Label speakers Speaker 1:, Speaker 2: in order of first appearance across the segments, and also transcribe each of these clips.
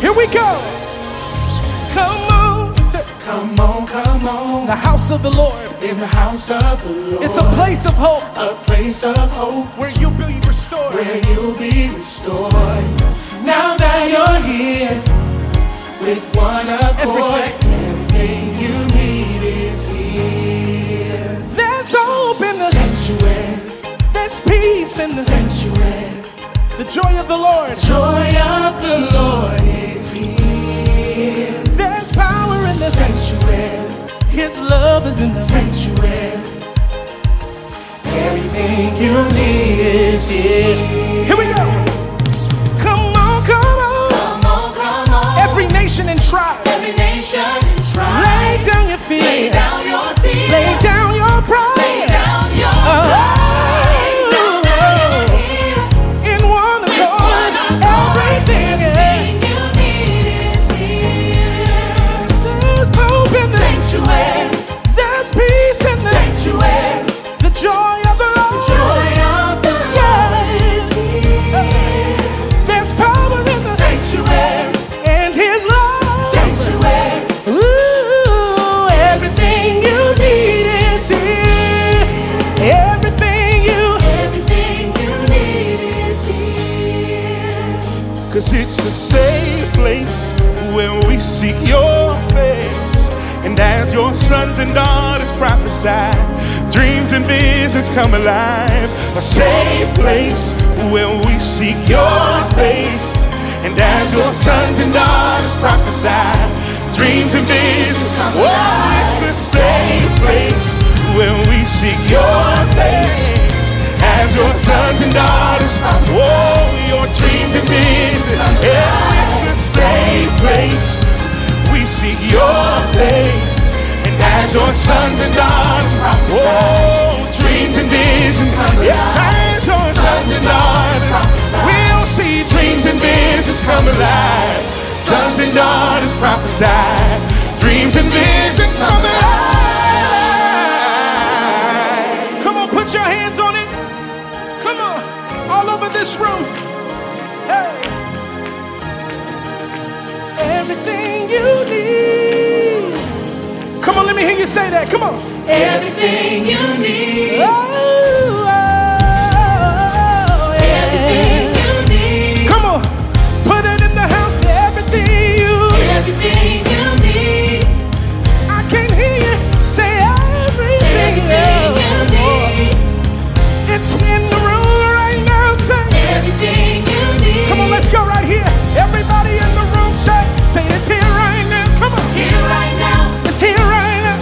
Speaker 1: Here we go. Come on to
Speaker 2: Come on, come on.
Speaker 1: the house of the Lord.
Speaker 2: In the house of the Lord.
Speaker 1: It's a place of hope
Speaker 2: a place of hope
Speaker 1: where you'll be restored.
Speaker 2: where you'll be restored. Now that you're here with one accord, everything you need is here.
Speaker 1: There's hope in the,
Speaker 2: Sanctuary,
Speaker 1: there's peace in the,
Speaker 2: sanctuary,
Speaker 1: the joy of the Lord.
Speaker 2: joy of the Lord is here.
Speaker 1: There's power in the,
Speaker 2: Sanctuary,
Speaker 1: His love is in the.
Speaker 2: sanctuary, everything you need is here.
Speaker 1: Here we go. Come on, come on.
Speaker 2: Come on, come on.
Speaker 1: Every nation and tribe,
Speaker 2: Every nation and
Speaker 1: lay
Speaker 2: tribe,
Speaker 1: down your fear.
Speaker 2: lay down your fear,
Speaker 1: Lay down your pride.
Speaker 2: lay down your pride. Now that you're here,
Speaker 1: in one
Speaker 2: with
Speaker 1: accord.
Speaker 2: one accord,
Speaker 1: Oh. Everything is.
Speaker 2: everything you need is here.
Speaker 1: There's hope in the.
Speaker 2: Sanctuary,
Speaker 1: There's peace in the.
Speaker 2: sanctuary,
Speaker 1: The joy of the Lord.
Speaker 2: joy of the Lord is here.
Speaker 1: There's power in the.
Speaker 2: Sanctuary,
Speaker 1: and His love.
Speaker 2: sanctuary,
Speaker 1: Ooh, everything you need is here. Everything you.
Speaker 2: everything you need is here.
Speaker 3: Cause it's a safe place when we seek your face. And as your sons and daughters prophesy, dreams and visions come alive. A safe place when we seek your face. And as your sons and daughters prophesy, dreams and visions come alive. Oh, it's a safe place when we seek your face. As your sons and daughters, oh, your dreams and visions. Yes, it's a safe place. We seek your face. And as your sons and daughters, oh, dreams and visions. Yes, as your sons and daughters, we'll see dreams and visions come alive. Sons and daughters prophesy. Dreams and visions come alive.
Speaker 1: Come on, put your hands on it. Come on, all over this room. Hey. Everything you need. Come on, let me hear you say that. Come on.
Speaker 2: Everything you need.
Speaker 1: Oh, oh,
Speaker 2: Everything
Speaker 1: yeah.
Speaker 2: you need,
Speaker 1: Come on, put it in the house. Everything you.
Speaker 2: everything you need,
Speaker 1: I can hear you say everything.
Speaker 2: everything you need,
Speaker 1: It's in the room right now. Say.
Speaker 2: everything you need.
Speaker 1: Come on, let's go right here. Everybody in the room, say, say it's here right now. Come on,
Speaker 2: Here right now,
Speaker 1: it's here right now.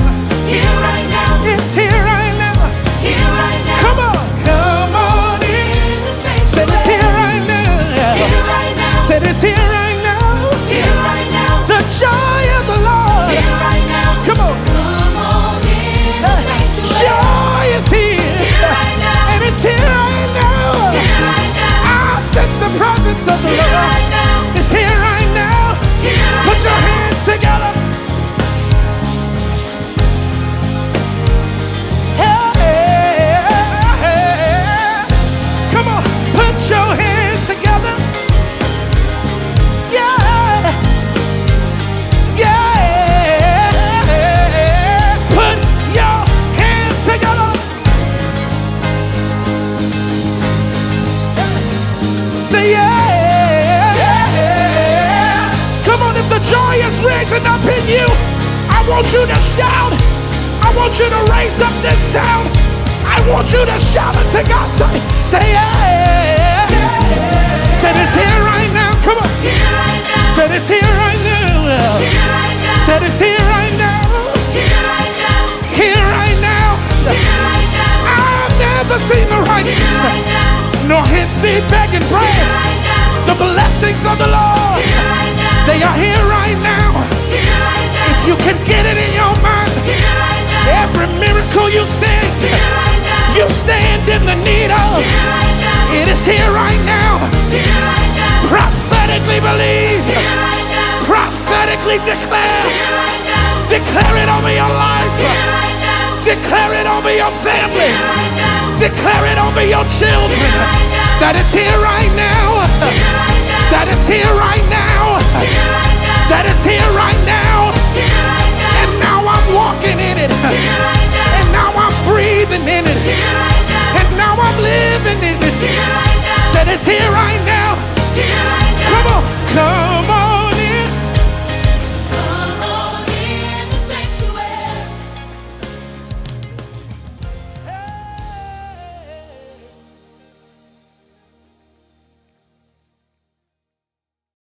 Speaker 2: here right now,
Speaker 1: It's here right now.
Speaker 2: here right now.
Speaker 1: Come on, come on in.
Speaker 2: In the
Speaker 1: Say it's here
Speaker 2: sanctuary.
Speaker 1: right now.
Speaker 2: Here right now,
Speaker 1: Say it's here right now.
Speaker 2: here right now,
Speaker 1: The joy of the
Speaker 2: here
Speaker 1: Lord.
Speaker 2: right now.
Speaker 1: Come on,
Speaker 2: Come on in the sanctuary.
Speaker 1: joy is
Speaker 2: Here
Speaker 1: here,
Speaker 2: right now,
Speaker 1: and it's here right now.
Speaker 2: here right now,
Speaker 1: I sense the presence of the
Speaker 2: here
Speaker 1: Lord.
Speaker 2: right now,
Speaker 1: It's here right now.
Speaker 2: here right
Speaker 1: Put your hands together. Hey, come on, put your hands together. Yeah, yeah. Put your hands together. Say yeah. Come on, if the joy is raising up in you, I want you to shout. I want you to raise up this sound. I want you to shout it to God. Say, say yeah. Say it's here right now. Come on.
Speaker 2: here right now,
Speaker 1: Say it's here right now.
Speaker 2: here right now,
Speaker 1: Say it's here right now.
Speaker 2: here right now,
Speaker 1: Here right now.
Speaker 2: here right now,
Speaker 1: I've never seen the
Speaker 2: here
Speaker 1: righteous man,
Speaker 2: right now,
Speaker 1: nor his seed begging
Speaker 2: here
Speaker 1: bread.
Speaker 2: right now.
Speaker 1: The blessings of the Lord,
Speaker 2: Here right now,
Speaker 1: they are here right now.
Speaker 2: here right now,
Speaker 1: If you can get it in your mind,
Speaker 2: here right now,
Speaker 1: every miracle you
Speaker 2: here
Speaker 1: stand,
Speaker 2: right now,
Speaker 1: you stand in the need of.
Speaker 2: here right now,
Speaker 1: It is here right now.
Speaker 2: here right now,
Speaker 1: Prophetically believe,
Speaker 2: here right now,
Speaker 1: prophetically declare,
Speaker 2: here right now,
Speaker 1: declare it over your
Speaker 2: here
Speaker 1: life,
Speaker 2: right now,
Speaker 1: declare it over your family,
Speaker 2: here right now,
Speaker 1: declare it over your children. That it's here right now,
Speaker 2: here right now,
Speaker 1: that it's here right now, that it's here right now. And now I'm walking in it. And now I'm breathing in it. And now I'm living in it. Said it's here right now. Come on, come on.